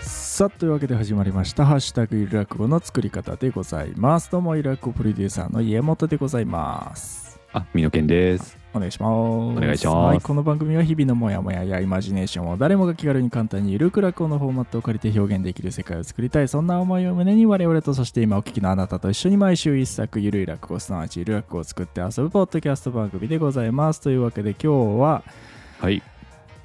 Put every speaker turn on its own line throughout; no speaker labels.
さあというわけで始まりました「ハッシュタグゆる落語」の作り方でございますどうもゆる落語プロデューサーの家元でございます
あ、美濃健です。
お願いします
お願いします
はい、この番組は日々のモヤモヤやイマジネーションを誰もが気軽に簡単にゆるく落語のフォーマットを借りて表現できる世界を作りたいそんな思いを胸に我々とそして今お聞きのあなたと一緒に毎週一作ゆるい落語すなわちゆる落語を作って遊ぶポッドキャスト番組でございますというわけで今日は
はい。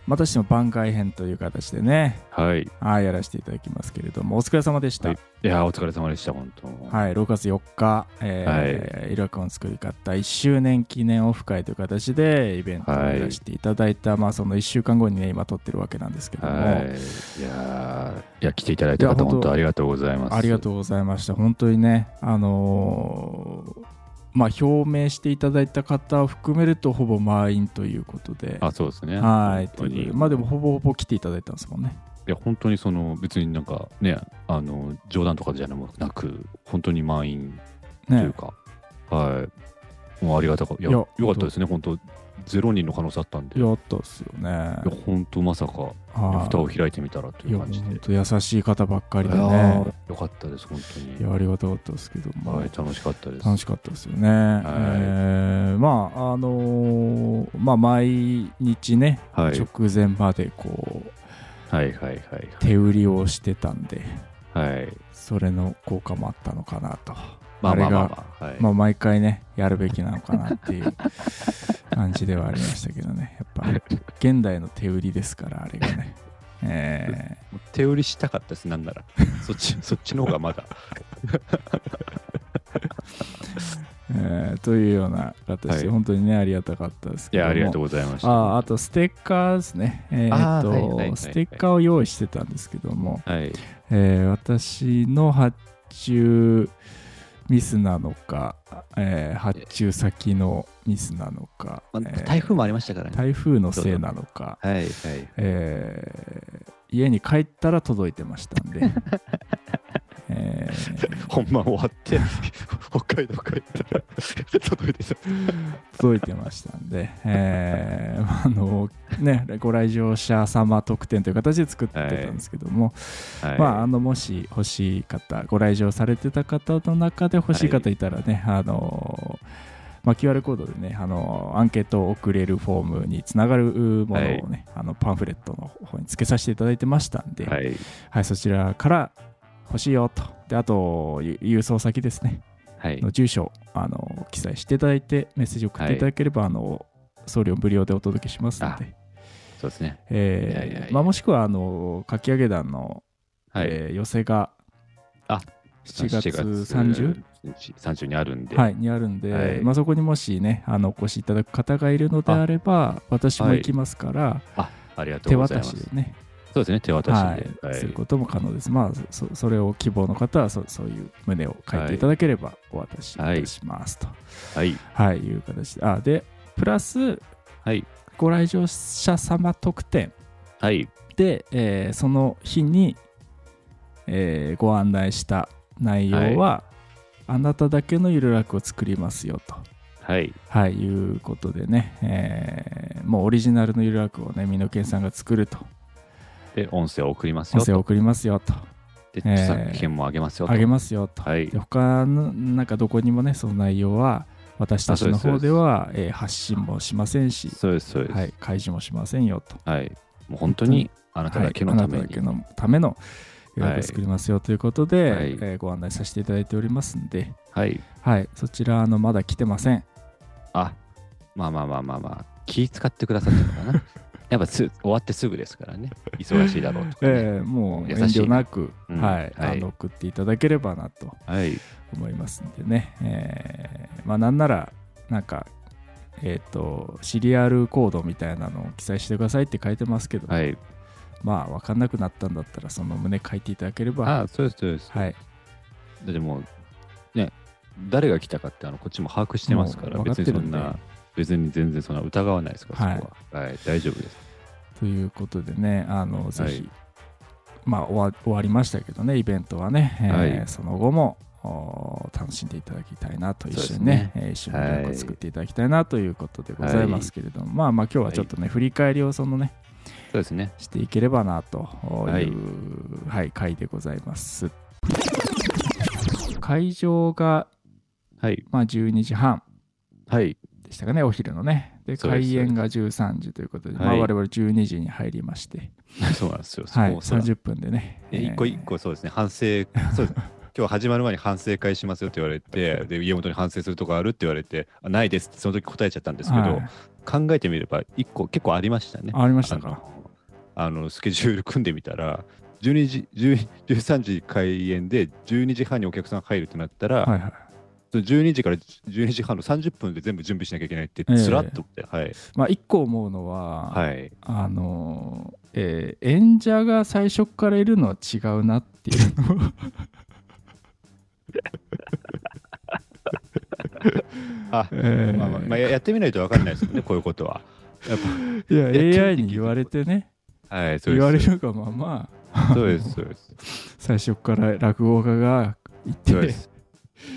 またしても番外編という形でね
はい。い
はいやらせていただきますけれどもお疲れ様でした、
はいやー、お疲れ様でした、本当。は
はい、6月4日、えーイラクの作り方1周年記念オフ会という形でイベントを
はい
出していただいた、まあ、その1週間後にね、今撮ってるわけなんですけども、
い。いやー、いや、来ていただいた
いや
方、
本当
本当ありがとうございます。
ありがとうございました、本当にね、あのーまあ、表明していただいた方を含めると、ほぼ満員ということで、
あ、そうですね。
はい
本当
とい
に。
うまあ、でも、ほぼほぼ来ていただいたんですもんね。
いや、本当にその、別になんかね、あの、冗談とかじゃなく、本当に満員という
ね
か、はい。もうありがたかいや、
いや
よかったですね、本当ゼロ人の可能性あったんで。いや
やったっすよね。はい
本当まさか、蓋を開いてみたらと
い
いう
や
感じで。
本当優しい方ばっかりで
いや
ね
ー。よかったです、本当
い
に。
やありがたかったですけども、
はい、楽しかったです。
楽しかったですよね。えーまああのーまあ毎日ね、
はい。
直前までこう
はいはいはい
手売りをしてたんで
はい。はい。
それの効果もあったのかなと、
まあま
あれ
あまあまあ。はい
まあ、毎回ねやるべきなのかなっていう 感じではありましたけどねやっぱ現代の手売りですからあれが ね。えー
手売りしたかったです、なんなら。 そっち、そっちの方がまだ。
えーというような形で、
はい
本当にねありがたかったです
い
けども
や、ありがとうございました。
ああ
は
とステッカーですね。えーっと、
あーはいはいはいはい
ステッカーを用意してたんですけども、
い。
えー私の発注ミスなのか、えー発注先のミスなのか、
まあ
えー
台風もありましたからね。
台風のせいなのか、
はいはい。
えー家に帰ったら届いてましたん で。えー
本番終わって、 北海道帰ったら、届いてた。
届いてましたんで、えーまああのね、ご来場者様特典という形で作ってたんですけども、
はい
まあ、あのもし欲しい方ご来場されてた方の中で欲しい方いたらね、あのーまあ、QR コードでね、あのーアンケートを送れるフォームにつながるものをね、あのパンフレットの方に付けさせていただいてましたんで、はい
はい。
そちらから欲しいよとであとゆ郵送先ですね
はい。
の住所をあのー記載していただいてメッセージを送っていただければ、あの送料無料でお届けしますので、
そうですね。いやいやい
え
や
ーまあ、もしくはあのーかき上げ団の
はい。
えー寄せが
あ
7月 30?
30にあるんで。
はい、にあるんで、
はい
まあ、そこにもしねあのお越しいただく方がいるのであれば私も行きますから、
あ、ありがと
手
うござい
渡
ま
し
す。
でね、
そうですね、手渡し
はい
で。はい
することも可能ですまあそそれを希望の方はそそういう旨を書いていただければお渡しいたしますと、
はい。
はいい、う形であでプラス
はい。
ご来場者様特典
はい。
で、えーその日に、えーご案内した内容は、あなただけのゆる楽を作りますよと、
はい。
はい、いうことでね、えーもうオリジナルのゆる楽をね、美濃健さんが作ると、
で、音声を送りますよ
音。声を送りますよと、
で、
えー
著作権もあげますよと。
あげますよと。
はい
で。他の、なんかどこにもね、その内容は、私たちの
あそう
方
です
では、えー発信もしませんし、
そうです、そうです。
はい、開示もしませんよと。
はい。もう本当にあなただけのため
はいあな
に。
ただけのための予約
は
を
い
作りますよということで、
はい
えーご案内させていただいておりますんで、
はい。
はい、そちらあのまだ来てません。
あ、まあまあまあまあまあ、気使ってくださったのかな。 やっぱす終わってすぐですからね。忙しいだろうとか、ね。
えーもう
優
遠
しい
慮なく、
うん
はい、
はい
あの送っていただければなと
はい。
思いますんでね、えーまあなんならなんかえっ、とシリアルコードみたいなのを記載してくださいって書いてますけど、
はい。
まあ分かんなくなったんだったらその旨書いていただければ、
あ、そうです、そうです。
はい、
だってもう、ね、誰が来たかってあのこっちも把握してますから、
もう分
別
かって
にそ
る
ん
んで
な、別に全然そんな疑わないですから、そこは。はい、大丈夫です。
ということでね、あのぜひ、まあ終わ、終わりましたけどね、イベントはね、えー
はい
その後もお楽しんでいただきたいなと一
そう
緒
です
にね
ね
えー一緒に音楽を作っていただきたいなということでございますけれども、まあまあ今日はちょっとね、振り返りをそのね
そうですね。
していければなという、は
はいい
回でございます会場が、
はい。
まあ、12時半
はい。
でしたかねお昼のねで
そうです
開演が13時ということで、まあ、
はい
我々12時に入りまして、
そうなんですよ。
はい
もうさ
30分でね
え一個
えー
一個そうですね、反省、そ うです今日始まる前に反省会しますよって言われて、で家元に反省するとこあるって言われて、あないですってその時答えちゃったんですけど、
はい
考えてみれば、一個結構ありましたね。
あありましたか
あのスケジュール組んでみたら、12時10 13時開演で12時半にお客さん入るってなったら、
はいはい
その12時から12時半の30分で全部準備しなきゃいけないって
ええ
つらっと思って、はい、
まあ一個思うのは、
はい、
あのーえー演者が最初からいるのは違うなっていう のを
あ、
えー
まあまあまあややってみないと分かんないですよね、こういうことは。やっ
いや
いや聞いて
AI に言われてね
ぱはい、そう
言わ
で
れ
す。
るがまま
そうです、そうです。
最初から落語家が行っ
そう
て
で、す。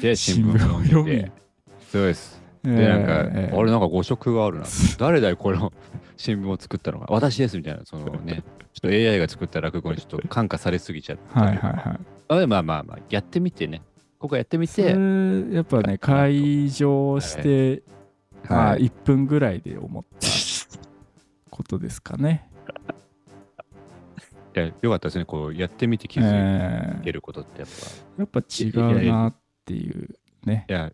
で、
新
新
聞
聞
を
を
読
読
み
みて。そうです。
え
で、なんか、あれ、
の
なんか誤植があるな。誰だよ、この新聞を作ったのが。私ですみたいな、そのね、 ちょっと AI が作った落語にちょっと感化されすぎちゃって。
はいはいはい
あでもまあまあまあ、やってみてね。ここやってみ
そ
て。
れやっぱね会場して、まあ
はい
1分ぐらいで思ったことですかね、
いやよかったですね、こう、やってみて気
え
づ
ー
けることって、やっぱ。
やっぱ違うなっていうね
いや、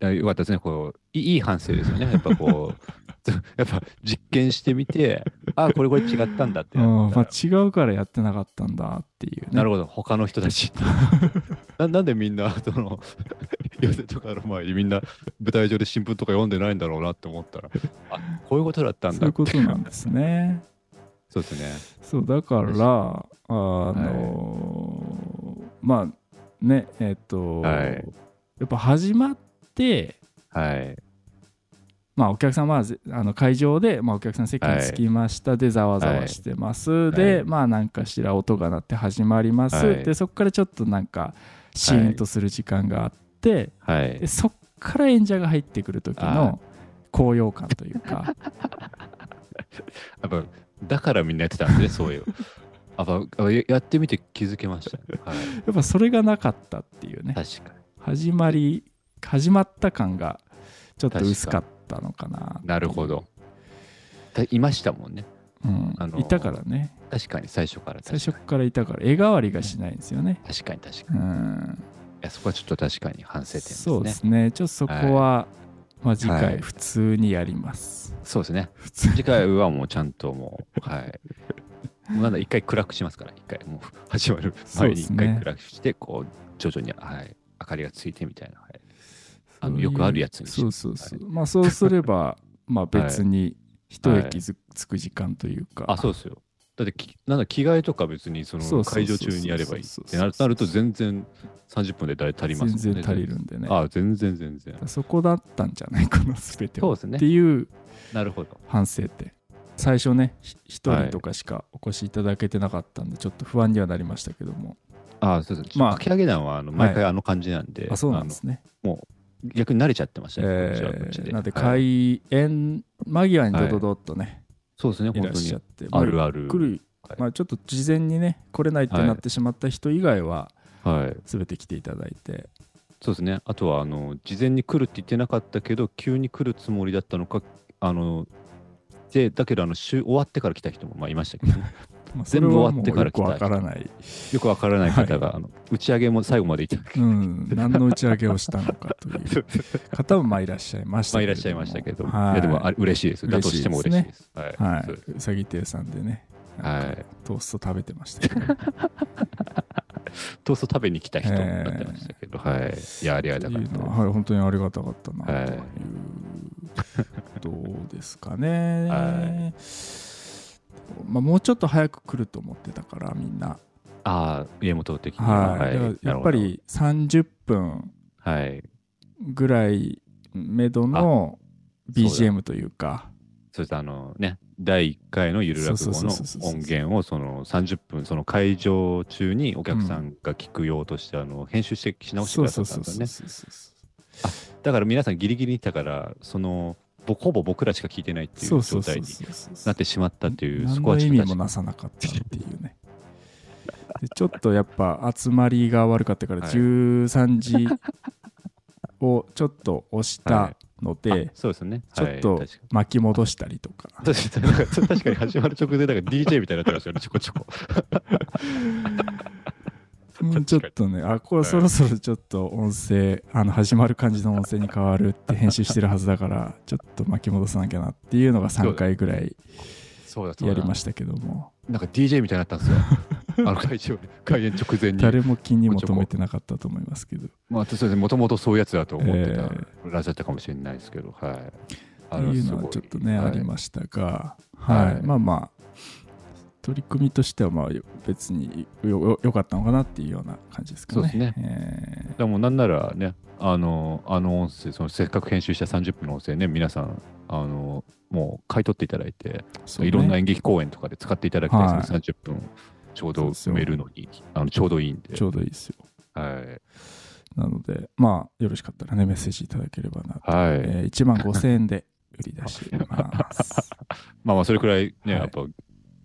いやよかったですね、こういいいい反省ですよね、やっぱこう、 やっぱ実験してみて、あこれこれ違ったんだって
うん
なった
ま
ら
あ、違うからやってなかったんだっていうね
なるほど、他の人たち な。なんでみんな、その、 寄せとかの前にみんな舞台上で新聞とか読んでないんだろうなって思 ったら、あこういうことだったん
そう
だ
い
っ
う
て
ことなんですね
そうですね。
そうだからあのーまあねえっ、と、
はい
やっぱ始まって
はい。
まあお客様はぜあの会場で、まあ、お客さん席に着きました、でざわざわしてます、
い
で、
はい
まあ何かしら音が鳴って始まります、
はい
でそこからちょっとなんかシーンとする時間があって、
は
で
い。
そっから演者が入ってくる時
あ
の高揚感という か
やっぱ、だからみんなやってたんでね、そう いう。やっぱややってみて気づけましたね、はい。
やっぱそれがなかったっていうね
確かに。
始まり始まった感がちょっと薄かったのかな
なるほど。だいましたもんね。
うん
あの
いたからね
確かに、最初から。
最初からいたから絵代わりがしないんですよね
確かに、確かに。い
うん
やそこはちょっと確かに反省点ですね。
そうですねちょっとそこは、まあ、次
は
回
い
普通にやります、
そうですね。
普通
次回はもうちゃんともう、 はい。もうなんだ、一回暗くしますから、一回、もう始まる
そう
前
で
に
す
一
ね
回暗くして、こう、徐々に、はい、明かりがついてみたいな、はい。あの
そういう
よくあるやつにし
そうそうそう、まあそうすれ ばまあ別に一駅ずつく時間というか、
あ、そうですよ。だってき、なんだ、着替えとか別に、そ
そう
の
そうそう
会
そう
場中にやればいい
そうそう
っ
そ
て
う
なるなると、全然30分でだい足りますもんね。
全然足りるんでね
あ、全然全然
だか。らそこだったんじゃないかな全ては
そうですね
っていう
なるほど。
反省点最初ねひ一人とかしかお越しいただけてなかったんでちょっと不安にはなりましたけども、
あ、そうです。
まあ
まあ、かき上げ団は、あの、毎回あの感じなんで、
あそうなんですね、
あのもう、逆に慣れちゃってましたね。こっちはこっ
え
ち
ー、なんで
はい
開演間際にドドドッとね、
そうですね、
い、
本
らっ
当
しゃ
に
っ。て
あるある。
来る、
はい
まあ、ちょっと事前にね来れないってなってしまった人以外は
はい。
全て来ていただいて、
そうですね。あとは、あの、事前に来るって言ってなかったけど、急に来るつもりだったのか、あの、で、だけど、あの、週終わってから来た人も、まあ、いましたけどね、
まあ、そ
全
れ
部
は
終
も
わっ
う
てから
よ
来た
くわからない、
よくわからない方が、あの打ち上げも最後までいた。
うん、何の打ち上げをしたのかと いう方もまあいらっしゃいました
まあ、
け
いら
れ
っしゃいましたけど、
はい
い、や、でも、あ嬉しいです。だと
嬉しい
し
です
て
ね
も嬉しいです。はい。
は
そうです
い、うさぎ亭さんでねなんか
はい
トースト食べてましたけ ど
トースト食べに来た人
え
に
ー
なってましたけど、はい。いや、ありがたか
い
っ
い
た
な
です。
はい、本当にありがたかったなと
はい
いうことですかね。
は
まあ、もうちょっと早く来ると思ってたからみんな、
ああ、家元的には。
はいだから
なる
やっ
ほ
ぱ
ど
り30分
はい。
ぐらいめどの
そうだ
BGM というか
そしてあのね、第1回のゆる落語
そう
の
そうそうそうそう
音源をその30分、その会場中にお客さんが聞く用として、あの編集してし直して
そ
く
う
ださ
そう
った
そ
ん
う
だ
そう
ね。
そうそう
だから皆さんギリギリにいたから、そのぼほぼ僕らしか聞いてないってい
そううそ
状
うそう
態に
そうそうそう
なってしまったっていう、そ
何
こは
の
ち
意
ょっと
味も
確か
なさなかったっていうね。でちょっとやっぱ集まりが悪かったから
はい
13時をちょっと押したので、
あそうですね。
ちょっと
はい確かに
巻き戻したりとか。
確かになんか確かに始まる直前だから DJ みたいになってますよね、ちょこちょこ。
もうちょっとね、あ、これ
はい
そろそろちょっと音声、あの始まる感じの音声に変わるって編集してるはずだから、ちょっと巻き戻さなきゃなっていうのが3回ぐらい
そうだ、そう
や
だ。
りましたけども、
なんか DJ みたいになったんで すよ。あの会場で、開演直前に。
誰も気にも留めてなかったと思いますけど。
まあ、そうですね、もともとそういうやつだと思って
え
た、らっしゃったかもしれないですけど、はい。あ
っていうのはちょっとね、ありましたが、はい、
はい
まあまあ、取り組みとしては、まあ、よ別によよよかったのかなっていうような感じですかね。
そうです
ね。
す。でも、なんならね、あの、あの音声、そのせっかく編集した30分の音声ね、皆さん、あの、もう買い取っていただいて、
そうね
いろんな演劇公演とかで使っていただきたいですね、30分ちょうど埋めるのに、あのちょうどいいんで
ち。ょうどいいですよ。
はい。
なので、まあ、よろしかったらね、メッセージいただければなと。
はい。
えー、1万5000円で売り出しています。
まあまあ、それくらいね、
はい
やっぱ、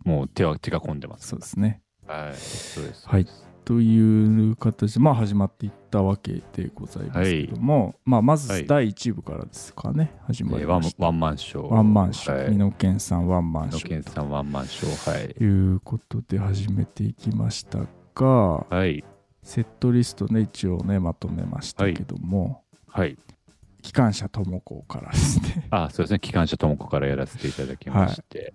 もう手は手が込んでます。
そうですね。
はい。そうです。
はい。という形で、まあ、始まっていったわけでございますけども、まあ、ま
は
ず
い
第1部からですかね、始
え
ま
ー
り
ワ
ま
ン
した。
ワンマンショー。
ワンマンショ
は
ー、
い
美濃健さんワンマンシ
野
ョー
健さんワンマンショー。はい。
ということで始めていきましたが、
はい。
セットリストね、一応ね、まとめましたけども、
はい。
機関車ともこからですね、
あ、そうですね。機関車ともこからやらせていただきまして。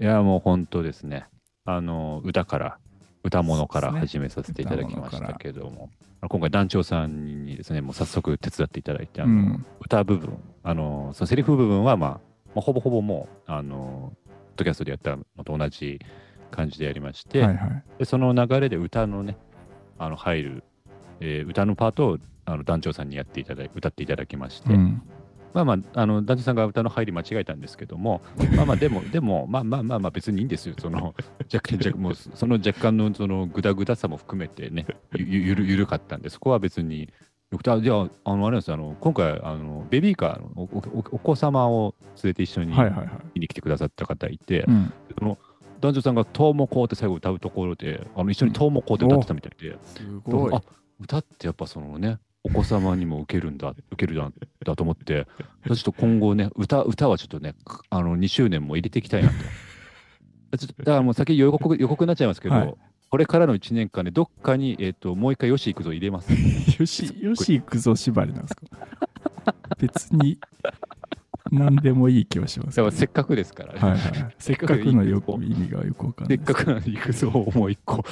い、や、もう本当ですね。あの、歌から、歌物から
そうです
始めさせていただきま
歌
し
物か
た
ら
けども、今回団長さんにですね、もう早速手伝っていただいて、あ
う
の
ん、
歌部分、あの、そのセリフ部分は、まあ、まあほぼほぼもう、あの、ポッドキャストでやったのと同じ感じでやりまして、
はいはい。
でその流れで歌のねあの入る、えー歌のパートをあの団長さんにやっていただい歌っていただきまして、
うん、
まあまああの団長さんが歌の入り間違えたんですけど もまあまあでもでもまあまあまあまあ別にいいんですよその若干若もうその若干のそのグダグダさも含めてねゆゆゆるゆるかったんでそこは別によくてあじゃああのあれなんですよあの今回あのベビーカーのおおおお子様を連れて一緒に
はいはい
見
はい。
に来てくださった方いて、
うん、
その男女さんが「とうもこう」って最後歌うところであの一緒に「とうもこう」って歌ってたみたいで、
すごい。
あ歌ってやっぱそのねお子様にも受けるんだ受けるんだと思ってちょっと今後ね歌歌はちょっとねかあの2周年も入れていきたいなとちょっとだからもう先予告予告になっちゃいますけど、
はい
これからの1年間で、ね、どっかに、えー、ともう一回よし行くぞ入れ ます
よし、よし行くぞ縛りなんですか別に、何でもいい気はしますけ
だ
ど
からせっかくですから、
はいはい。せっかくのよ意味がよくわかんな
せ
い
っ
です。
かくなのに行くぞもう一個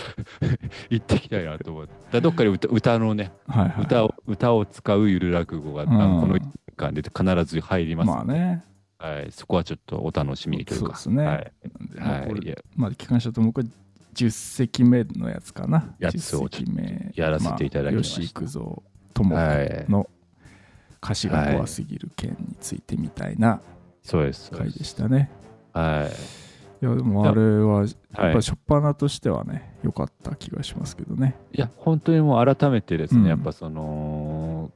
行ってきたいなと思ってだからどっかで歌歌のね
はいはい、
歌を歌を使うゆる落語が、
うん
あのこの1週間で必ず入ります、
まあね、
はい、そこはちょっとお楽しみにというか。
そうですね
はい
まあこ
はい
れ
いや
まあ、機関車ともこれ10席目のやつかな。
やつを
10席目
やらせていただきました
あよし行くぞ、とも
はい
の歌詞が怖すぎる件についてみたいな
そうです。そう
回で
で
すしたね。
はい
や、でもあれは、や
い。は
っ
い
ぱ、初っ端としてはね、良かった気がしますけどね。
いや、本当にもう改めてですね、
うん
やっぱその、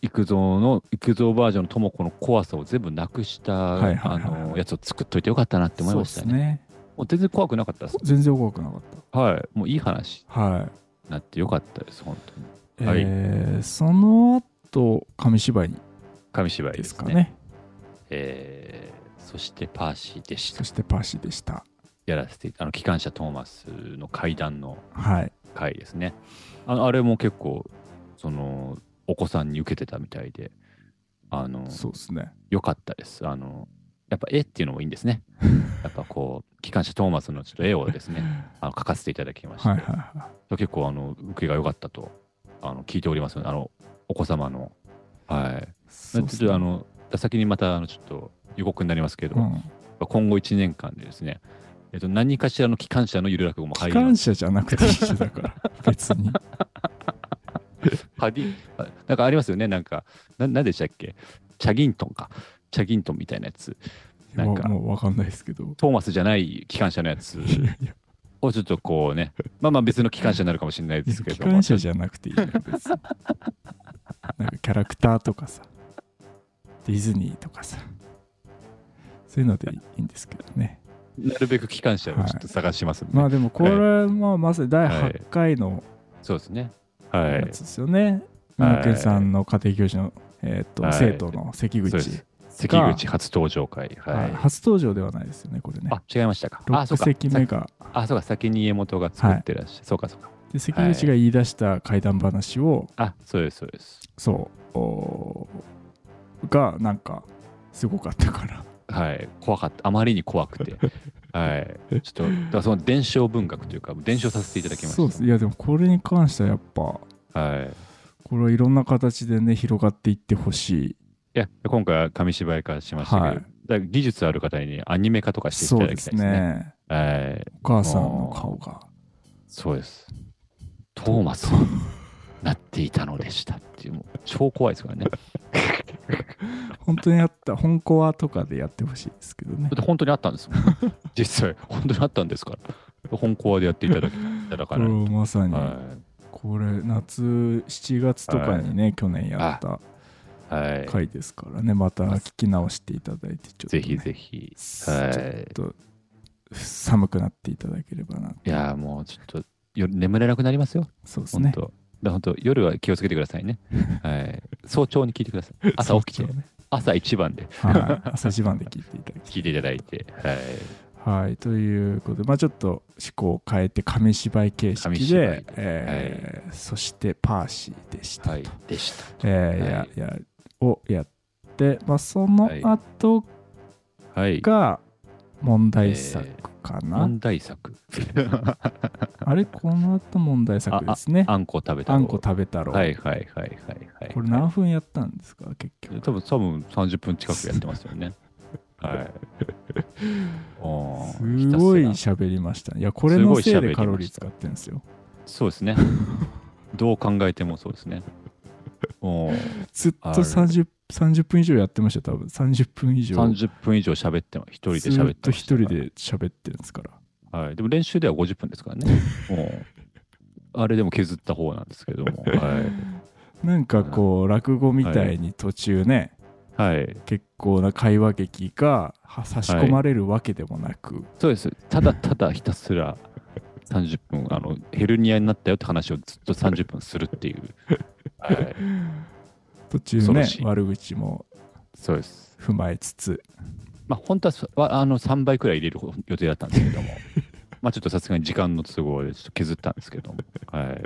育三の、育三バージョンのともこの怖さを全部なくした、
いはいはい
あのやつを作っといてよかったなって思いました
そう
ね。
ですね。
もう全然怖くなかったです。
全然怖くなかっ
はい。もういい話
た。はい。
になってよかったです、本当に。はい
えーその後、紙芝居
紙芝居で
ですす
か
か
ね。
ね。
えーそしてパーシーでした
そ。してパーシーでした。
やらせてあの機関車トーマスの階段の
はい。
回ですねあのあれも結構そのお子さんに受けてたみたいであの
そうですね。
良かったですあのやっぱ絵っていうのもいいんです ねやっぱこう機関車トーマスのちょっと絵をですねあの描かせていただきまして、
はいはいは
結構あの受けが良かったとあの聞いておりますのであのお子様のはい
い。
ち
そ
ょ
う
っ
っすね
とあの先にまたあのちょっと予告になりますけど、
うん
今後1年間でですね、えっと、何かしらの機関車のゆる落語も
機
入ります
関車じゃなくて一緒だ から別に
パディあなんかありますよね、なんか、ななんでしたっけ、チャギントンか、チャギントンみたいなやつ。なんか
もうもうわかんないですけど。
トーマスじゃない機関車のやつ
いやいや
をちょっとこうね、まあまあ別の機関車になるかもしれないですけ
機
ども
関、車じゃなくていいよ別 になんかキャラクターとかさ、ディズニーとかさ、そういうのでいいんですけどね。
なるべく機関車をちょっと探しますんで、
まあでもこれはまあまさに第8回の
そうですね。は
や
い
つ。ですよね。
はい
ム、君さんの家庭教師の、えーっと
はい
生徒の関口、
そうです関口初登場会。は
はいい。初登場ではないですよね、これね。
あ、違いましたか。あ、そ
6
うか。
席目が
あ、そうか。先に家元が作ってらっしゃる。そうか、そうか。
で関口が言い出した怪談話を、
あ、そうです、そうです。
そうおーがなんかすごかったから
はい、怖かった、あまりに怖くて、はい、ちょっと、だからその伝承文学というか、伝承させていただきました。
そうですいやでもこれに関してはやっぱ
はい、
これはいろんな形でね広がっていってほし
いや、今回は紙芝居化しましたけど、
はい
だから技術ある方にアニメ化とか
い
していた
そう
だきた
です
いですね。
ね
はい、
お母さんの顔が
そうです。トーマスになっていたのでしたっていう、もう超怖いですからね。
本当にあった本コアとかでやってほしいですけどね
だって本当にあったんですも ん。実際、本当にあったんですから。本コアでやっていただきただ
こ
か
れ
ら。
をまさに
は
これ夏7月とかにね、去年やった
い、はい、
回ですからねまた聞き直していただいてちょっと、
ぜ
ね、
ひぜひ。
ち
は
ょ
い
っ。と寒くなっていただければない
やーもうちょっと夜眠れなくなりますよ、
そうです
本
ね
当。だから本当夜は気をつけてくださいね。はい、早朝に聞いてください。朝起き
そう
て
で、すね
朝一番で
はい、朝一番で聞いていただき
聞いていただいて、はい、
はいということで、まあ、ちょっと思考を変えて紙芝居形
紙
式
芝居
で、えーそしてパーシーでしたと、
はい、でした。
えーややをやって、まあ、その後
はい、
が問題作かな、
問題 作。
あれこの後問題作ですね
あんこ食べた
あんこ食べ太郎、
はいはいはいはいはい。
これ何分やったんですか結局
多分多分30分近くやってますよ ね。はい。おー
すごい
ひたす
喋りましたねいやこれのせいでカロリー使ってるんですよ
らそうですね。どう考えてもそうです ね。おー
ずっと
ある
30, 30分以上やってましたよ多分30分以上
30分以上喋ってま、一人で
ず
喋
っ
って
と
ま
一
した
人で喋ってるんですから
はい、でも練習では50分ですからね。もうあれでも削った方なんですけど も。はい。
なんかこう落語みたいに途中ね、
はい、
結構な会話劇がは差し込まれるわけでもなく、
そうです。ただただひたすら30分、あの、ヘルニアになったよって話をずっと30分するっていう。はい。
途中
恐ろ
ね
しい
悪口も
そうです。
踏まえつつ
まあ、本当はそああの3倍くらい入れる予定だったんですけども。まあちょっとさすがに時間の都合でちょっと削ったんですけども。はい。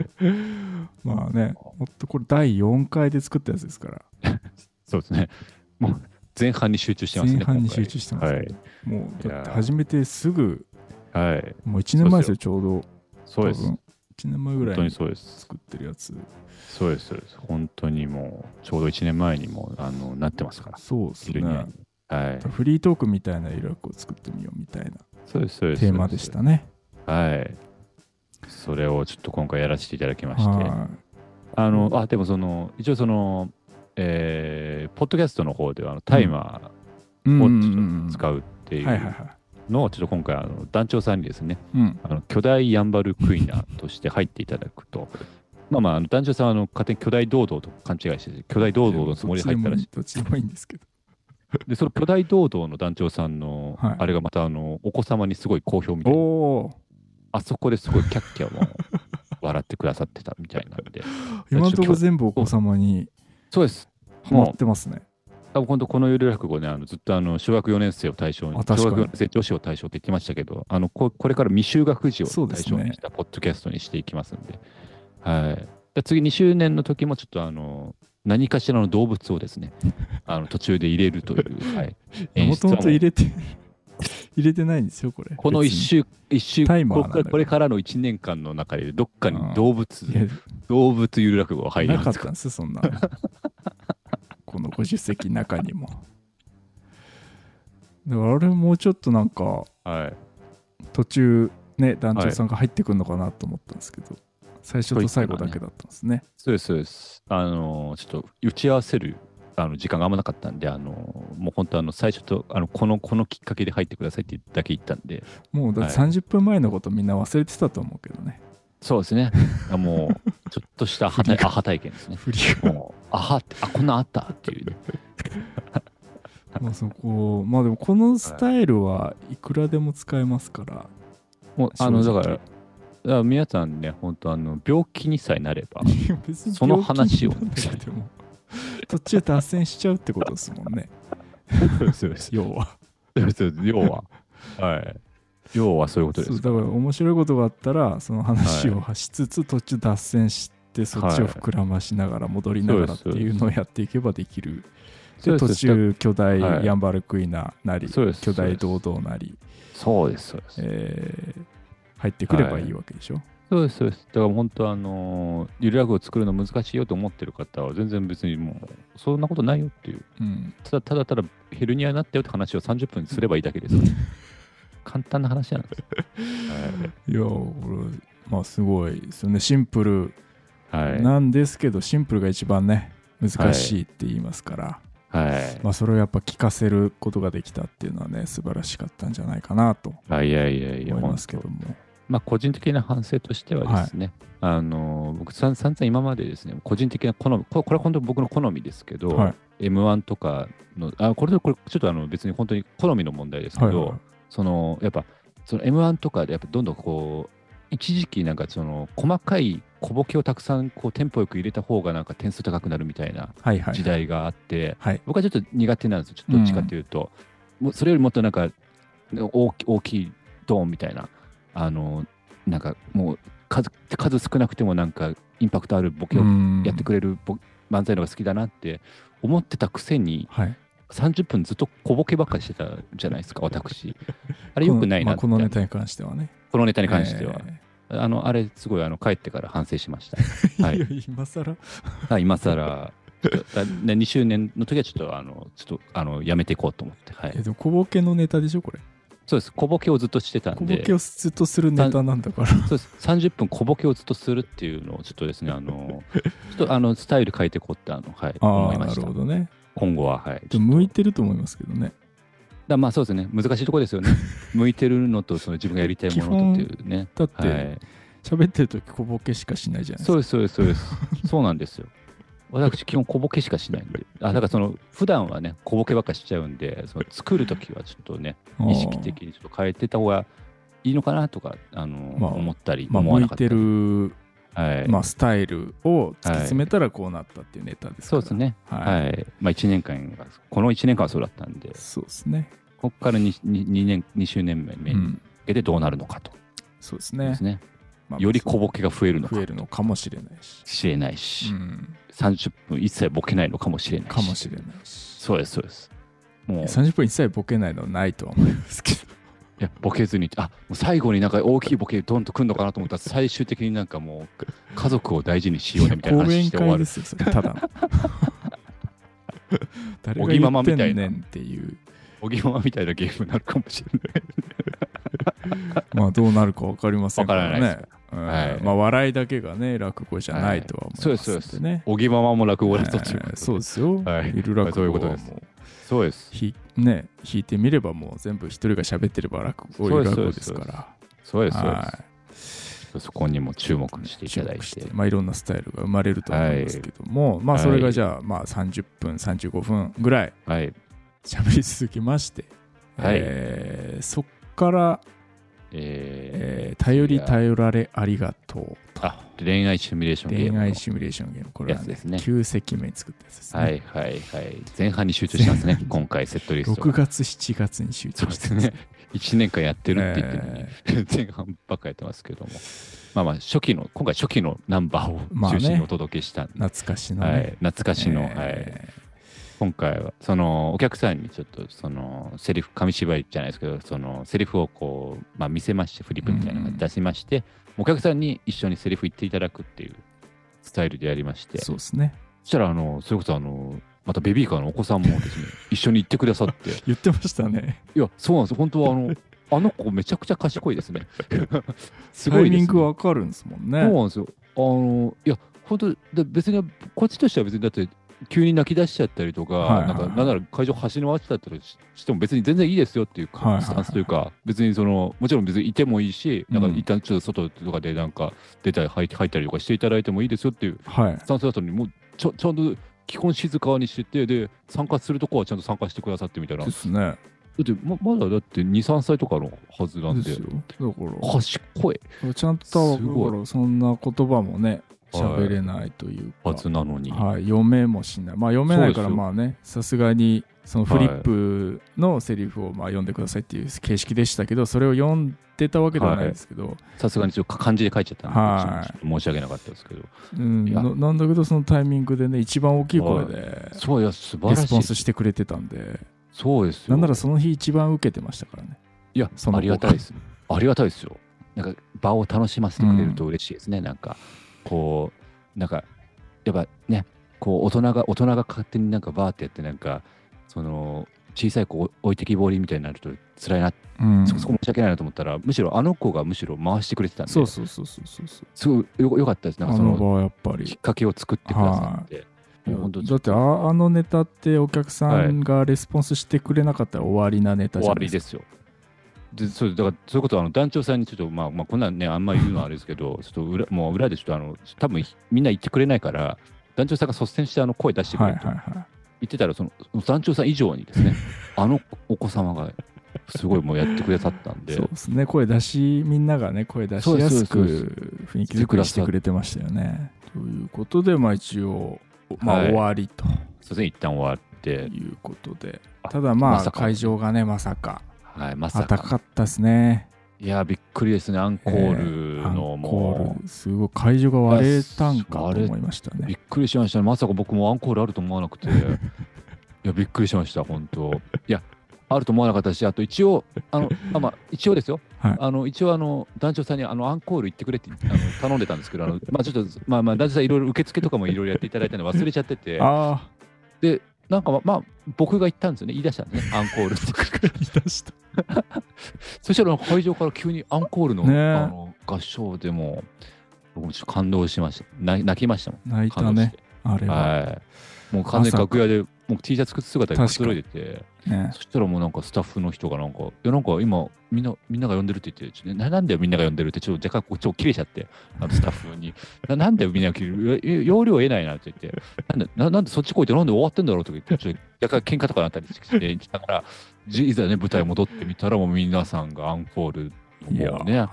まあねもっとこれ第4回で作ったやつですから
そうですね。もう前半に集中してますね。
前半に
今回
集中してますねもうだっ
い
て
や
始めてすぐ
はい。はい。
もう1年前ですよちょうど
そうです。
1年前ぐら
本
い
当に
に
そうです。
作ってるやつ
そうです、そうです。本当にもう、ちょうど1年前にもうあのなってますから、
そうです
昼に
ね
はい。
フリートークみたいな色々を作ってみようみたいな
そうです、そうです。
テーマでし
そう
たね。
す。はい。それをちょっと今回やらせていただきまして、
は
あの、あ、でもその、一応その、えーポッドキャストの方ではあのタイマ
い。う
ー
ん
を
う
ちょっ
ん
と使うって
う
い
ん。はいはいうは
のをちょっと今回あの団長さんにですね
い。うん。
あの巨大ヤンバルクイナとして入っていただくとまあまああの団長さんはあの勝手に巨大堂々と勘違いして巨大堂々のつもりで入ったらしい
どっちでもいいんですけど。
で、その巨大堂々の団長さんの、
はい
あれがまたあのお子様にすごい好評みたいな、
おお。
あそこですごいキャッキャもう笑ってくださってたみたいなんで、
今のところ全部お子様に
そうです、
ハマってますね。
多分本当、このゆる落語ね、あのずっとあの小学4年生を対象に、
あ
小
確かに
学4年生女子を対象って言ってましたけど、あのここれから未就学児を
そうで
対
す
象
ね
にしたポッドキャストにしていきますんで、はい、で次2周年の時も、ちょっとあの何かしらの動物 をですね、あの途中で入れるという、はい、演
も
出
と
を
もと入れて、入れてないんですよ、これ。
この一週、一週、
タイマー
こ
なんだ
ここれからの1年間の中で、どっかに動物、
別に。
動物ゆる落語が入
い
り
や、なか
ま
っ
す
た
か
んです、そんな。この50席の中にも。だからあれもうちょっとなんか、
ら。はい。
途中ね団長さんが入ってくるのかなと思ったんですけど、最初と最後だけだったんですね
そうです、そうです。あのーちょっと打ち合わせるあの時間があんまなかったんで、あのもう本当あの最初とあのこのこのきっかけで入ってくださいってだけ言ったんで、
もうだって30分前のことみんな忘れてたと思うけどね。
そうですね。あもうちょっとしたアハ 体アハ体験ですね。
振りが。
もうアハってあこんなんあったっていう、ね。
まあそこ、まあでもこのスタイルはいくらでも使えますから。
もうあの
正
だ
直
からだから皆さんね本当あの病気にさえなれば。
いや別に
その話を
病気になんなくても途中脱線しちゃうってことですもん ね。
そうです
要は。
そうです要は。はい。要はそういうことで
そう
す。
だから面白いことがあったらその話をしつつ途中脱線してそっちを膨らましながら戻りながらっていうのをやっていけばできる。
そう
で
です
途中巨大
はい
ヤンバルクイナなり、
そうです
巨大堂々なり、
そうです。そうです。
えー入ってくればいいわけでしょ、
そうです。そうです。だから本当あのーゆるラグを作るの難しいよと思ってる方は全然別にもうそんなことないよっていう。
うん、
ただただただヘルニアになったよって話を30分すればいいだけです。簡単な話なんです。
いやこれまあすごいですよねシンプル
はい。
なんですけど、シンプルが一番ね難しいって言いますから、
はい。
まあ、それをやっぱ聞かせることができたっていうのはね素晴らしかったんじゃないかなと
あいやいやいや、
思いますけ
本
ども
当まあ、個人的な反省としてはですね、あのー僕さん、散々今までですね、個人的な好み、ここれは本当僕の好みですけど、
はい
M1 とかの、あこれとこれ、ちょっとあの別に本当に好みの問題ですけ
は
ど、
いは
そのやっぱその M1 とかでやっぱどんどんこう一時期なんかその細かい小ボケをたくさんこうテンポよく入れた方がなんか点数高くなるみたいない
はい
時代があって、
はい
僕はちょっと苦手なんですよちょっとどっちかというと、もうそれよりもっとなんか大き大きいドーンみたいなあのなんかもう数数少なくてもなんかインパクトあるボケをやって
れ
くれるボ、漫才の方が好きだなって思ってたくせに
はい
30分ずっと小ボケばっかりしてたじゃないで すか、私。あれよくないなって
この,、ま あこのネタに関してはね
このネタに関しては。
え
あの、あれ、すごい、あの、帰ってから反省し ました。
ー
はいい
や今更
はい今更、ちょっとあね、2周年の時はちょっと、あの、ちょっと、あの、やめていこうと思って。は
え
い。
でも小ボケのネタでしょこれ
そうです。小ボケをずっとしてた
小
ん
ボ
で、
ケをずっとするネタなんだから
そうです。30分小ボケをずっとするっていうのを、ちょっとですね、あの、ちょっと、あの、スタイル変えていこうって、あの、はい、
あ
思
あ
いま
な
し
る
た
ほ。どね
今後は、はい。
でも向いてると思いますけどね
だまあ、そうですね。難しいところですよね。向いてるのと、その自分がやりたいものとっていうね。
だって
はい。
喋ってる時小ボケしかしないじゃないですか
そうですそうですそうで すそうなんですよ私基本小ボケしかしないんであだからその普段はね小ボケばっかしちゃうんでその作る時はちょっとね意識的にちょっと変えてた方がいいのかなとかあの、
まあ
思ったり
まあ、
思
向
わないかった
て
り、
る、
はい
まあ、スタイルを突き詰めたらこうなったっていうネタですか
そう
ら、
ですね
はい、
はい、まあ1年間がこの1年間はそうだったんで
そうですね、
ここから 2, 2年2周年目
う
に向
ん、
けてどうなるのかと、
そうです
で
ね
すね
まあ
より小ボケが増えるのか
増えるのかもしれないし、
知れないうし、
ん、
30分一切ボケないのかもしれないし
かもしれないし
そうですそうですもう
30分一切ボケないのはないとは思いますけど
いやボケずにあもう最後になんか大きいボケドンとくんのかなと思ったら最終的になんかもう家族を大事にしようねみたいな
講
話
演
して終わ
会で
る
すよそれただ の誰
おぎ
が
ままみ
言ったて
い
ん
な
ねんっていう
おぎままみたいなゲームになるかもしれない
まあどうなるか分かりませんからね
わからないで
うん
はい
まあ笑いだけがね落語じゃないとは思いますんね、
はいそうですそうおぎままも落語だとというこ
えー
とで
そうですよ。
はい
ゆる落語はもう
そういうことですそうです
ひね、弾いてみればもう全部一人が喋ってれば落語
そ
ゆる
うです
落語ですか
そうで
ら。
すそう
は
ですそこにも注目して
い。
いただい
注目しててまあいろんなスタイルが生まれると思うんですけども、まあそれがじゃあまあ30分35分ぐらい
はい
喋り続けまして、
はい
えーそっから、
え
えー頼り頼られありがとう
ーあ恋愛シミュレーションゲーム
恋
の
愛シミュレーションゲームこれは
やつで
ね
すね
9席目に作ったやつですね。
はいはいはい前半に集中したんですね今回セットリスト
6月7月に集中
そうで
して
す
ます
ね1 年間やってるって言ってるのに、
えー
前半ばっかやってますけども、まあまあ、初期の、今回初期のナンバー
ま
を
あね
中心にお届けしたんで、
懐かしの
は
ね
い、。懐かしの、はい、
え
今回は、その、お客さんにちょっと、その、セリフ、紙芝居じゃないですけど、その、セリフをこう、まあ、見せまして、フリップみたいなの
うんうん
が出しまして、お客さんに一緒にセリフ言っていただくっていうスタイルでやりまして、
ー
そ
そうですね。
したら、あの、それこそ、あの、またベビーカーのお子さんもですね、一緒に行ってくださって、
言ってましたね。
いや、そうなんです、本当は あの、あの子めちゃくちゃ賢いですね。す
タ
ご
イ
いで
ミ
す、
ン
ね。
グわかるんですもんね。
そうなんですよ。あの、いや、本当で別に、こっちとしては別に、だって、急に泣き出しちゃったりとか、
はいはい
な
は
ん
い
かなんなら会場走り回ってたりししても別に全然いいですよっていう
はいはいは
か
い
スタンスというか、別にそのもちろん別にいてもいいし、なん
うん
か一旦ちょっと外とかでなんか出たり入入ったりとかしていただいてもいいですよっていう
はい
スタンスだったのに、もうちょちゃんと基本静かにしてて、で参加するとこはちゃんと参加してくださってみたいな。だ
で
っ
すね
てままだだって2、3歳とかのはずなん
で
で、
すよだから
賢い
ちゃんと
すごい
だからそんな言葉もね
はい
喋れないというか、
は
はい
ずなのに。
読めもしないまあ読めないから
そうですよ
まあねさすがにそのフリップのセリフをまあ読んでくださいっていう形式でしたけどそれを読んでたわけではないですけど、
さすがにちょっと漢字で書いちゃったんで、
はい
ちょっと申し訳なかったですけど。
うん、
いや
ななんだけどそのタイミングでね一番大きい声で
そういや、素晴
レ
ら
スポン
し
ス
い。
してくれてたんで
そうですよ。
なんならその日一番受けてましたからね
いや、
その
ありがたいです。ありがたいですよ。なんか場を楽しませてくれると嬉しいですね。なんか、こう、なんか、やっぱね、こう、大人が、大人が勝手になんかバーってやって、なんか、その、小さい子を置いてきぼりみたいになると辛いな、
うん
そこそこ申し訳ないなと思ったら、むしろあの子がむしろ回してくれてたんで、
そうそうそうそうそうそう
すごいよよかったです。なんか
あ
そ
の場
の、
はやっぱり
きっかけを作ってくださって。
いや
もう本当に
だってああのネタってお客さんがレスポンスしてくれなかったら終わりなネタ
終
じゃ
わ
ない
り
ですか。
ですよ。でそうだからそういうことはあの団長さんにちょっと、まあまあ、こんなんね、あんまり言うのはあれですけ ど、ちょっと裏もう裏でちょっとあの、多分みんな言ってくれないから、団長さんが率先してあの声出してく
は
れ
い
と
はい
言
は
ってたら、そのその団長さん以上にで すね、あのお子様がすごいもうやってくださったん
い。
で
そう、ですね、声出し、みんながね、声出しやすく
そうです
雰囲気作りしてくれてましたよね。ということで、まあ一応、まあ
はい
終わりと
それで一旦終わって、
いうことで、
あ
ただま
ま
あ
さか
会場がね、まさか、
はい、まさ
暖か
か、
かったですね。
いや、びっくりですね、アンコール
アン
の
コ
も
ール、すごい会場が割れたんかと思いました
う、び
ね。
っくりしましたね、まさか僕もアンコールあると思わな くて、いや、びっくりしました、本当。いや、あると思わなかったし、あと一応、あの、あまあ、一応ですよ、
はい
あの一応あの、団長さんにあのアンコール行ってくれってあの頼んでたんですけ ど、あのまあ、ちょっと、まあ、まあ団長さん、いろいろ受付とかもいろいろやっていただいたので忘れちゃってて、
あ
なんかまあ、まあ、僕が言ったんですよね、言い出したんですね、アンコー ルって。
あ、い出した。
そしたら会場から急にアンコールの,、
ねえ
あの合唱でも、僕もちょっと感動しました。泣泣きましたもん。
泣いた
感動し
ね
て、。
あれは。
はい。もう完全に楽屋で、もう T シャツ靴姿でくつろいでて、
ね
そしたらもうなんかスタッフの人がなんか、いやなんか今、みんな、みんなが呼んでるって言って、ちょななんだよみんなが呼んでるって、ちょっと若干こうちょっと切れちゃって、あのスタッフに、 ななんだよみんなが切れる、いや容量得ないなって言って、なんで、ななんでそっち来いって、なんで終わってんだろうとか言って、ちょっと若干喧嘩とかになったりして、だから、じいざね、舞台戻ってみたら、もう皆さんがアンコール、
いや
もうね、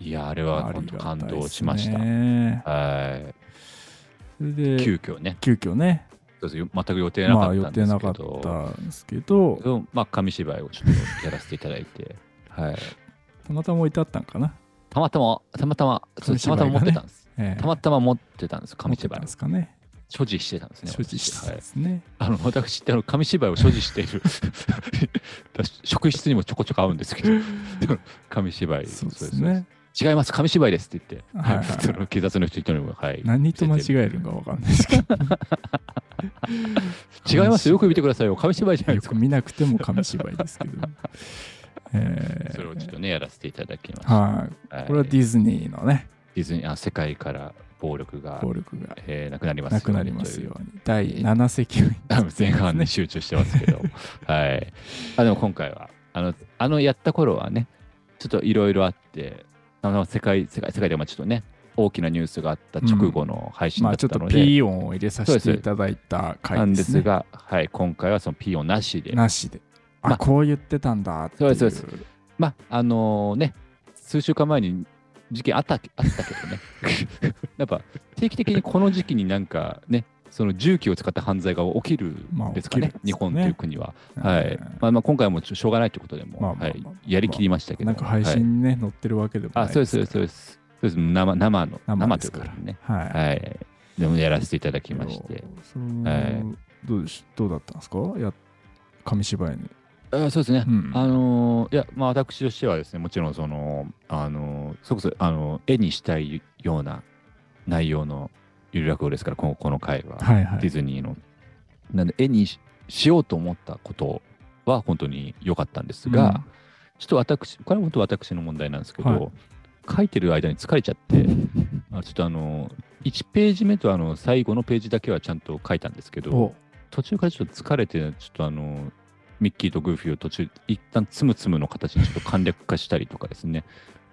いや、あれは本当感動しました。
ありがたいですね
は
それ
い。
で
急遽ね、
急遽ね、
そうです全く予定な
ま
か
あ
っ
予
たんで
定
す
な
け
かっ
ど、
たんですけど、
でもまあ、紙芝居をちょっとやらせていただいて、はい、
たまたま置いてあったんかな。
たまたま、たまたま、そ
紙
うた
芝
ま
居
た
がね
ま持ってたんです。
ええ
たまたま持ってたんです、紙
持ってた
芝居
んで。すかね。
所持してたんですね。
所持してたん
私は
で
い、
すね。
あの私ってあの紙芝居を所持している 職質にもちょこちょこ合うんですけど、紙芝居、
そうです
そうで
ね。
す違います、紙芝居ですって言って、
はいはい
普通の警察の人にも、はい、
何と間違えるんかわかんないですけど、
違いますよ、よく見てくださいよ、紙芝居じゃな い
よ
です
く
か。
見なくても紙芝居ですけど。 え
それをちょっとね、やらせていただきまし
えはい、
た。はい
これはディズニーのね、
ディズニーあ世界から暴力が、
暴力が
えーなくなりますよ
なくなりますように。第7席目
という 前半に集中してますけ ど、はい、あでも今回はあのあのやった頃はねちょっといろいろあってあの世界世界世界でもちょっとね大きなニュースがあった直後の配信
ま
だ
あ
っ
ちょ
た
っと
ので、
P 音を入れさせていただいた
な
回
ん
で
ですす
ね。
が、はい、今回はその P をなしで
なしで。あ、
まあ
こう言ってたんだっていう。
そうですそうまああのね数週間前に事件あったけあったけどね やっぱ定期的にこの時期になんかねその銃器を使った犯罪が起きる
まあ
んですかね,、
起きるんですね
日本という国は、は
え
い
え
まあ、まあ今回はもうしょうがないということでもう、
まあまあまあ
はい、やりきりましたけど、
なんか配信
はい
にね、載ってるわけでもない
あそうですそうですそうですそうです生生の
生
生
です
という
か
かららね
はい。
はいでもやらせていただきまして
その
はい
どうでしどうだったんですかや紙芝居に。
あそうですね、
うん
あのーいやまあ私としてはですねもちろんそのあのーそれこそあの絵にしたいような内容のゆる落語ですからこのこの回は、
はいは
ディ
い。
ズニーのなんで絵にししようと思ったことは本当に良かったんですが、
うん
ちょっと私これは本当私の問題なんですけど、
はい
書いてる間に疲れち ゃって、あちょっとあの、1ページ目とあの最後のページだけはちゃんと書いたんですけど、
お
途中からちょっと疲れて、ちょっとあの、ミッキーとグーフィーを途中、一旦つむつむの形にちょっと簡略化したりとかですね、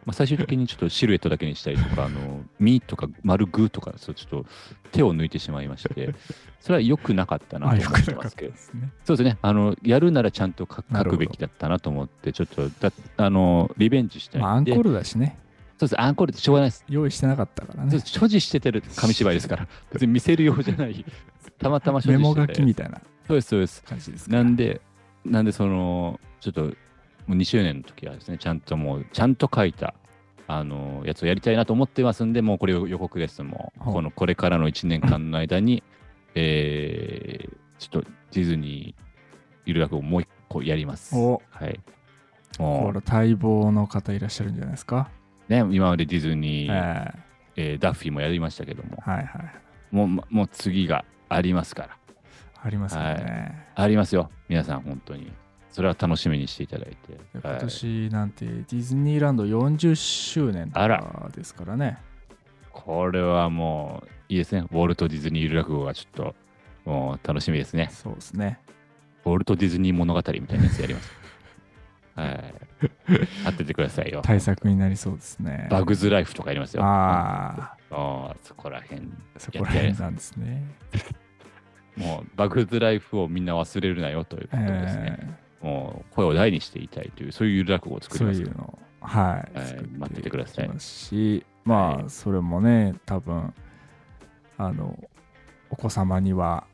まあ、最終的にちょっとシルエットだけにしたりとか、あの、ミーとか丸グーとか、そうちょっと手を抜いてしまいまして、それは良くなかったな
あ
と
よ
思っ
く
て
なか
ま
っ
す
た
けど
で。すね。
そうですね、あのやるならちゃんと書
なるほ
書
ど
くべきだったなと思って、ちょっとだあのリベンジしたい
まあ、アン
で
コールだしね、
そうです、アンコールってしょうがないです。
用意してなかったから
そ
ね
うで。す所持しててる紙芝居ですから、別に見せるようじゃない、たまたま所
メ
持
モ
して
書
て
きみたいな
そうです、そうです。
感じですから
なんで、なんでその、ちょっともう2周年の時はですね、ちゃんともう、ちゃんと書いた。あのやつをやりたいなと思ってますんで、もうこれを予告です。もう
ほう
このこれからの1年間の間に、 えー、ちょっとディズニー、ゆる楽をもう一個やります。
お
はい。
ほ
も
ら待望の方いらっしゃるんじゃないですか。
うね、今までディズニ
ええ
ー、えーダッフィーもやりましたけども、
はいはい。
もう、まもう次がありますから。
ありますよね。
ありますよ。皆さん、本当に。それは楽しみにしていただい
で
て。
今
はい
年なんてディズニーランド40周年と
あ
からですからね。
これはもう、いいですね。ウォルト・ディズニーゆる落語がちょっと、もう楽しみですね。
そうですね。
ウォルト・ディズニー物語みたいなやつや ります。はい。当ててくださいよ。
対策になりそうですね。
バグズ・ライフとかやりますよ。
ああ、
あーそこら辺。
そこら辺なんですね。
もう、バグズ・ライフをみんな忘れるなよということですね。
え
もう、声を大にしていたいという、そういうゆる落語を
え
作り
そう
ます
い
よ
うのを、はい、
はい
作いき
待っててください
ますし、ま
は
あ、
い
それもね、多分あの、お子様には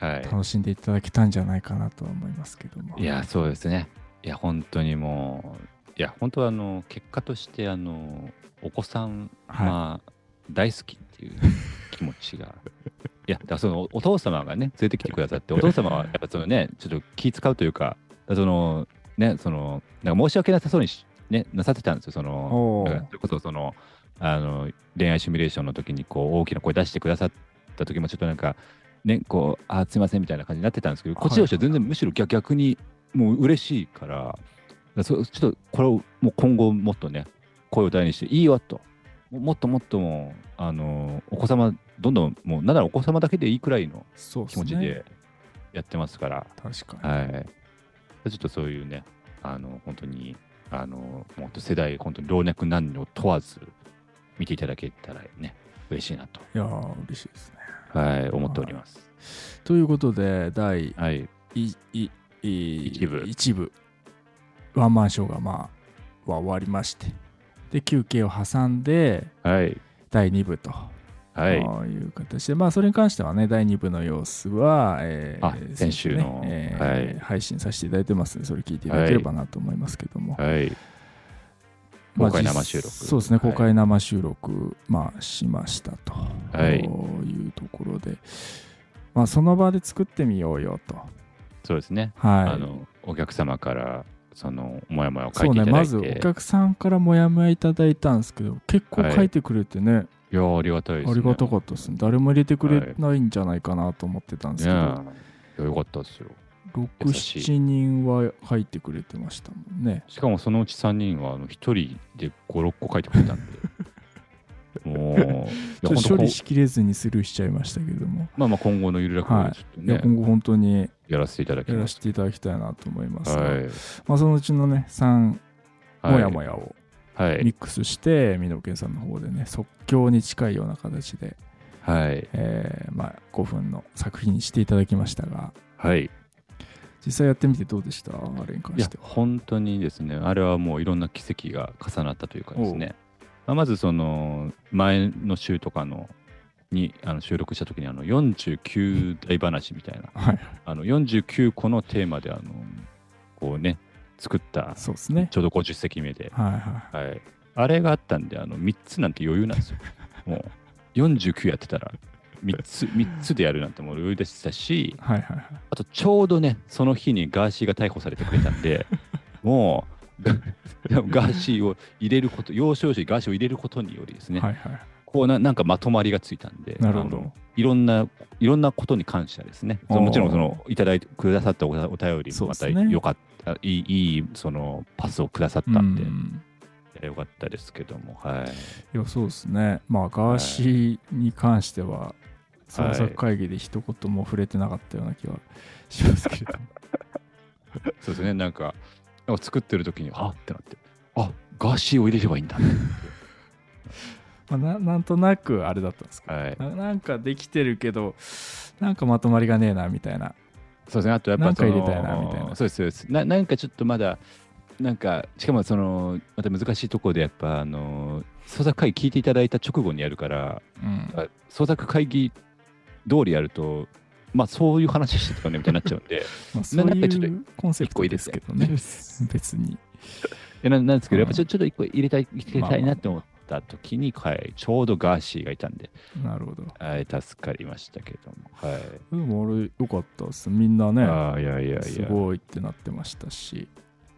はい。
楽しんでいただけたんじゃないかなとは思いますけども。
いや、そうですね。いや、本当にもう、いや、本当はあの、結果として、あの、お子さん、
はい
まあ、大好きっていう 気持ちが。いや、だからその、お父様がね、連れてきてくださって、お父様は、やっぱそのね、ちょっと気使うというか、その、ね、その、なんか申し訳なさそうにし、ね、なさってたんですよ、そ
お
の、
ー
だからそれこそ、その、あの、恋愛シミュレーションの時に、こう、大きな声出してくださった時も、ちょっとなんか、ね、こう、あー、すいませんみたいな感じになってたんですけど、こっちとしては全然むしろ逆逆に、もう嬉しいから、だからそちょっとこれをもう今後もっとね、声を大にして、いいよと、ももっともっともう、あのお子様、どんどん、もう、なんならお子様だけでいいくらいの
そうで
気
す
持ち
ね。
でやってますから、
確かに。
はい。ちょっとそういうね、あの、本当に、あの、もう本当世代、本当に老若男女問わず、見ていただけたらね、嬉しいなと、
いやー、嬉しいですね。
はい、思っております。
ということで、第
はい。
いいい
一部
一部ワンマンショーがまあは終わりましてで休憩を挟んで
はい。
第2部と、、
はいい。
う形でまあそれに関してはね第2部の様子は、えー
あ先週の
えー
はい
配信させていただいてますのでそれ聞いていただければなと思いますけども、
はい。
まあ
公開生収録。
実そうですね公
はい。
開生収録、まあしましたと、
はい
いうところでまあその場で作ってみようよと
そうですね。
はい
あの、お客様から、その、もやもやを書
そ
いうてい
ね、
ただ
ま
い
ず
て。
お客さんからもやもやいただいたんですけど、結構書いてくれてね、
いやー、ありがたいです、ね。
ありがたかったですね。誰も入れてくれないんじゃないかなと思ってたんですけど、
ねえいやよかったですよ。
6、
優しい
7人は書いてくれてましたもんね。
しかもそのうち3人はあの1人で5、6個書いてくれた んで。もういや
ち、ょっ
ほん
と
と
処
こう
理しきれずにスルーしちゃいましたけども、
まあまあ今後のゆるらく
はい
でちょっと
い
ね、
や今後本当に
やらせていただき
や
ま
ら
す
せ。ていただきたいなと思いますが、
はい。
まあ、そのうちのね、3、もやも
や。
やを
はい。
ミックスして、美濃健さんの方でね、即興に近いような形で、
はい。
えーまあ、5分の作品にしていただきましたが、
はい。
実際やってみてどうでしたあれに関
いや
しては。
本当にですねあれはもういろんな奇跡が重なったというかですね、まあ、まずその前の週とかのにあの収録した時にあの49大話みたいな
はい、
あの49個のテーマであのこうね作った
そうですね。
ちょうど50席目で、
はいは
はい、あれがあったんであの3つなんて余裕な んですよもう49やってたら3つ3つでやるなんてもう余裕でしたし
い。はいはいはい。
あとちょうどね、その日にガーシーが逮捕されてくれた んで、もう、ガガーシーを入れること、要所要所にガーシーを入れることによりですね、
はいはい。
こうななんかまとまりがついたんで、
なるほ
あの
ど。
いろんな、いろんなことに感謝ですね。その
おー
もちろん、その、いただいてくださったおお便り
そ
も
うで
ますた
ね
良かった、いい、いい、その、パスをくださったんで、
うん
いやよかったですけども、はい。
いやそうですねまあガーシーに関しては
はい
創作会議で一言も触れてなかったような気はしますけれども、
そうですね、なんか、なんか作ってる時に、あってなって、あガーシーを入れればいいんだって。
まあ、ななんとなくあれだったんですか
はい。
ななんかできてるけどなんかまとまりがねえなみたいな
そうですね、あとやっぱ
なん
そ
か
の
入れたいなみたいな
そうです、そうです。ななんかちょっとまだ、なんか、しかもその、また難しいところで、やっぱ、あの、創作会議聞いていただいた直後にやるから、
うん
あ創作会議通りやると、まあそういう話してたよねみたいになっちゃうんで、
まあ、そう
なんかちょっ
い
と
うコンセ
一
プト
個入
で
れて
すけどね 別に
えななんですけど、やっぱち
う
ょちょっと一個入れたい入れ
まあま
た
あ
いなって思った時に、はい、ちょうどガーシーがいたんで、
なるほど
はい、助かりましたけども。は
で
い
もあれ良かったですみんなね
ああいやいやいや
すごいってなってましたし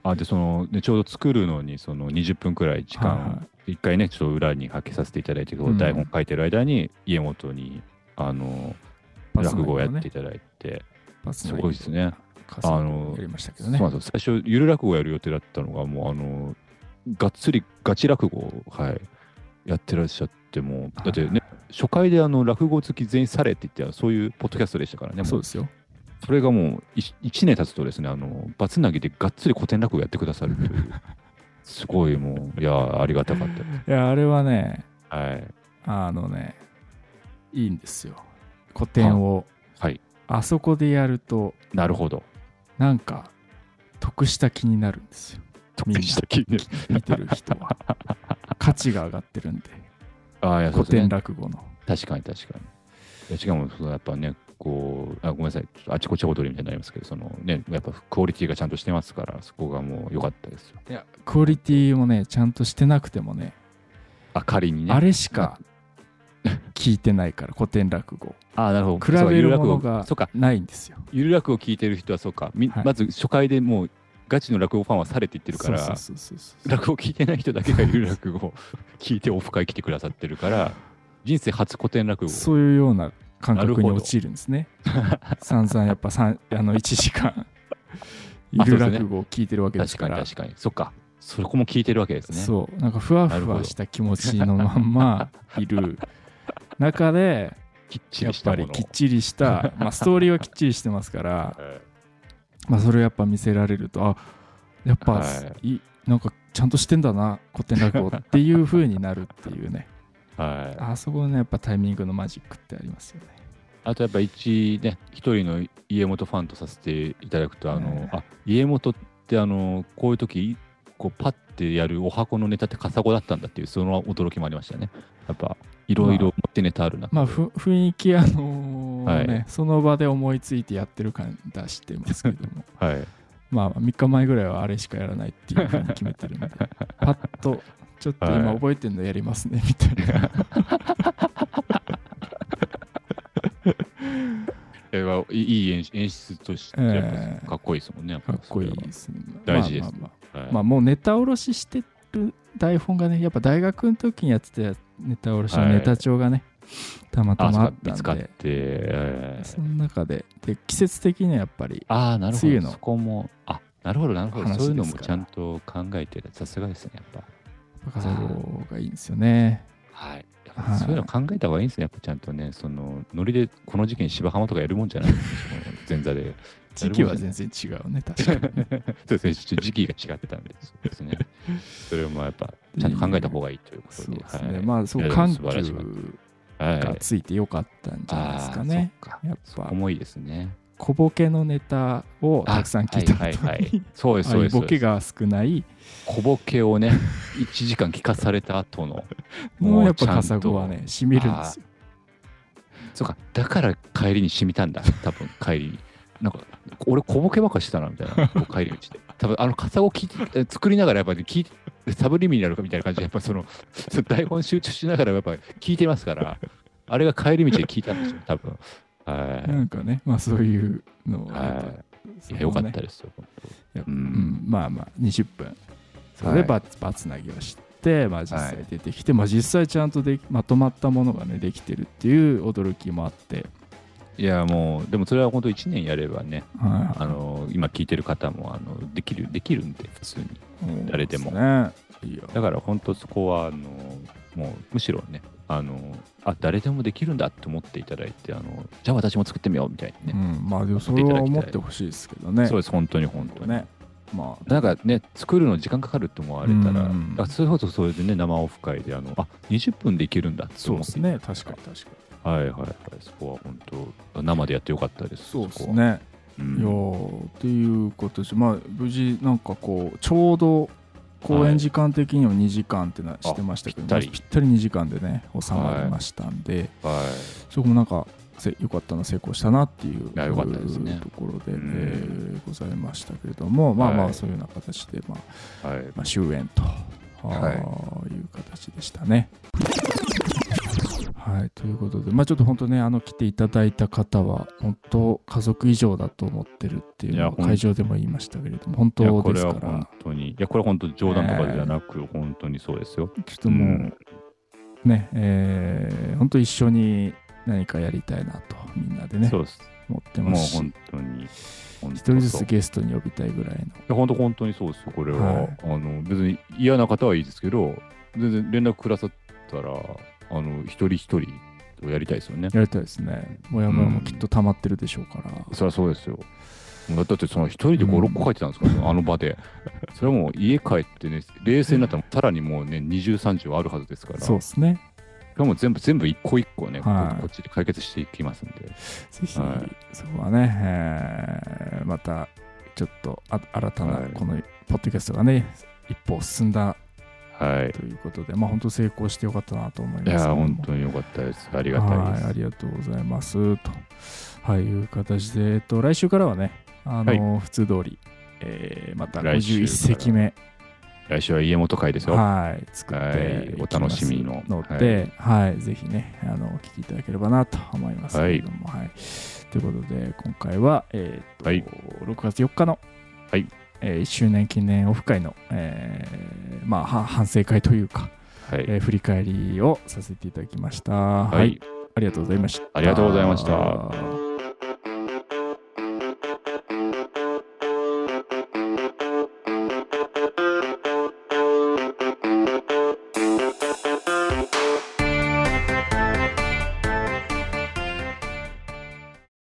あでそのねちょうど作るのにその20分くらい時
はいは
間一、回ねちょっと裏にかけさせていただいて、こう
うん
台本書いてる間に家元にあの
パスの
落語をやって
ね
いただいて、
パス
す
の
ごいですね。
パスの
あの
やりましたけ
そ
ど
う
ね
なんですよ最初ゆる落語やる予定だったのがもうあのがっつりガチ落語をはいやってらっしゃってもうだってね初回であの落語好き全員されって言ってそういうポッドキャストでしたからねもう
そうですよ
それがもう1年経つとですね、あの、バツナギでがっつり古典落語やってくださるという、 すごいもう、いやー、ありがたかったです。
いやあれはね
はい。
あのねいいんですよ古典を
はい。
あそこでやると
なるほど。
なんか得した気になるんですよみんな
気に
見てる人 は価値が上がってるんで
ああ、いや、そう
古
です
典
ね
落語の
確かに確かに。いやしかも、そのやっぱね、こう、あごめんなさい、ちょっとあちこち踊りみたいになりますけど、そのね、やっぱクオリティがちゃんとしてますから、そこがもう良かったですよ。
いやクオリティもねちゃんとしてなくてもね
あ、仮にね。
あれし か聞いてないから古典落語
あーなるほど。
比べるもの
そうゆる落語
が
そうか、
ないんですよ
ゆる落語を聞いてる人は、そうか、み
はい
まず初回でもう、ガチの落語ファンはされていってるから、
そうそうそうそう
落語を聞いてない人だけが有楽語を 聞いてオフ会来てくださってるから人生初古典落語
そういうような感
なる
覚
ほ
に
ど
陥るんですね散々やっぱさんあの1時 間い
あそ
る
うですね
落語を聞いてるわけです
確
か
かに
ら
確かにそっかそこも聞いてるわけですね
そうなんかふわ
なる
ふ
ほ
わ
ど
した気持ちのまんまいる中で
きっち
や
り
っ
した
ぱ
も
り
の
きっちりした、まあ、ストーリーはきっちりしてます から、
はい
まあ、それをやっぱ見せられるとあやっぱ、、
はい
なんかちゃんとしてんだな古典落語っていう風になるっていうね
はいあ
あそこのねやっぱタイミングのマジックってありますよね
とやっぱ一ね一人の家元ファンとさせていただくとあの、
ええ
あ家元ってあのこういう時こうパッてやるお箱のネタってカサゴだったんだっていうその驚きもありましたねやっぱいろいろ持ってネタあるな、
まあふ雰囲気あのーね
はい
その場で思いついてやってる感出してますけど も
はい
まあ3日前ぐらいはあれしかやらないっていうふうに決めてるん でパッとちょっと今
はい
覚えてるのやりますねみたいな、
えまあいいいい演出演出としてやっぱ
ええ
かっこいいですもんねやっぱ
かっこいい
それは
ですね
大事です
まあまあまあ
はい
まあもうネタ下ろししてる台本がねやっぱ大学の時にやってたネタ下ろしのネタ帳がね、たまた
あ、
ま
そ
あ
う
っ
か見つ
た
かっ
ん
て
で、
えー
その中でで季節的にはやっぱり
ああ、なるほ
梅雨
ど。
の
そこも、あなるほど、なるほど。
話
そういうの
です
も
から
ちゃんと考えてる。さすがですね、やっぱ。
高砂がいいんですよね
はい。やっ
は
ぱ
い
そういうの考えた方がいいんですね、やっぱちゃんとね、その、ノリでこの時期に芝浜とかやるもん じゃないその前座で。
時期は全然違うね確か に
そうですね、ちょっと時期が違ってたんで、そうですね。それもやっぱ、ちゃんと考えた方がいいということ
そう
で。
ですね、
はい
まあそう
いやでも
緩
素晴らしかっ
急
たはい
がついてよかったんじゃないですかね、
あーそっか。
やっ
そ
ぱ
こもいいですね。
小ボケのネタをたくさん聞いた
あはいは
後
いは
に
い。そうです、そう
ああい
で
う
す。そう
ボ
で
ケ
す
が少ない
小ボケをね、1時 間聞かされた後の、
のやっぱ
も
カ
うちゃ
サ
んと
ゴはねしみるんですよ
そうか、だから帰りに染みたんだ、多分帰りに。なんか、俺、小ボケばっかしてたな、みたいな、こう帰り道で。多分あの、傘を聞いて、え作りながら、やっぱり聞いて、サブリミナルかみたいな感じで、やっぱその、その台本集中しながら、やっぱ聞いてますから、あれが帰り道で聞いたんですよ、多分はい。
なんかねまあそういうのをなんか
は
そこ
い。いや、
ね
よかったですよ、本
やっ
う
うんん、まあまあ20分それでバツバツなぎをして、まあ、実際出てきて、まあ、実際ちゃんとできまとまったものがねできてるっていう驚きもあって、
当いや、もう、でもそれは本当1年やればね、
は
あの、今聞いてる方も、あの、できる、できるんで、普通に。
い
誰で
そ
も
うすねいや
だから本当そこはあのもうむしろねあのあ誰でもできるんだって思っていただいてあのじゃあ私も作ってみようみたいに
う
ね、
ん、まあでもそれは思ってほしいですけどね。
そうです本当に本当に、
ね。まあ、
なんかね作るの時間かかるって思われたら,、
うん
それこそそれでね生オフ会であのあ20分でいけるんだって
そう
思
で
って
すね、確かに確かに。
はいはいはいそこは本当生でやってよかったです
そうです
こは
ね。
う
いや
ん、
ーっていうことでまあ無事なんかこうちょうど公演時間的にも2時間ってな、してましたけど
ぴったり
まあぴったり2時間でね収まりましたんで、
はい
そこもなんかせ良かったな成功したなっていう
いや良かったですね
ところで、
うん
えーございましたけれどもまあま
は
あ
い
そういうような形で、まあ
はい
まあ、終演と、
はい
い、いう形でしたね。はい、ということで、まあ、ちょっと本当ね、あの来ていただいた方は、本当、家族以上だと思ってるっていう
いや
のを
ほん
会場でも言いましたけれども、本
いや
当
こ
で
れ
す
は
か
本
ら、
当にいやこれは本当冗談とかじゃなく、本当にそうですよ
ちょっともう、ね、えー本当、一緒に何かやりたいなと、みんなでね
そ、うです
思ってま
もう
すし
本、当に本当
一人ず
そう
つ
い
ゲストに呼びたいぐらいの。
や本当本当にそうですよこれは、
はい
あの別に嫌な方はいいですけど全然連絡くださったらあの一人一人とやりたいですよね
やりたいですね。もやもやもきっと溜まってるでしょうから。
そりゃそうですよもうだってその一人で56
うん
個書いてたんですから、あの場でそれはもう家帰ってね冷静になったらさらにもうね2030あるはずですから
そうですね。
しかも全部全部一個一個ね、
はい
こっちで解決していきますんで
ぜひ、
はい
そこはね、えーまたちょっとあ新たな
はい
このポッドキャストがね、一歩進んだ
はい
ということで、まあ、本当成功してよかったなと思います
い
け
や
ども。
本当に良かったですありがたいです
はいありがとうございます。と、はい、いう形で、えっと、来週からはね、あの普通通り、えーまた
来週か
51
ら
席目、
来週は家元会ですよ。
はい、作っていきます
はいお楽しみの
ので、はいぜひねあのお聞きいただければなと思いますけれども、はいということで今回は、えーと
はい
6月4日の、
はい
え1周年記念オフ会の、えーまあ、は反省会というか、
はい。
えー振り返りをさせていただきました。は
はい。
ありがとうございました
ありがとうございました。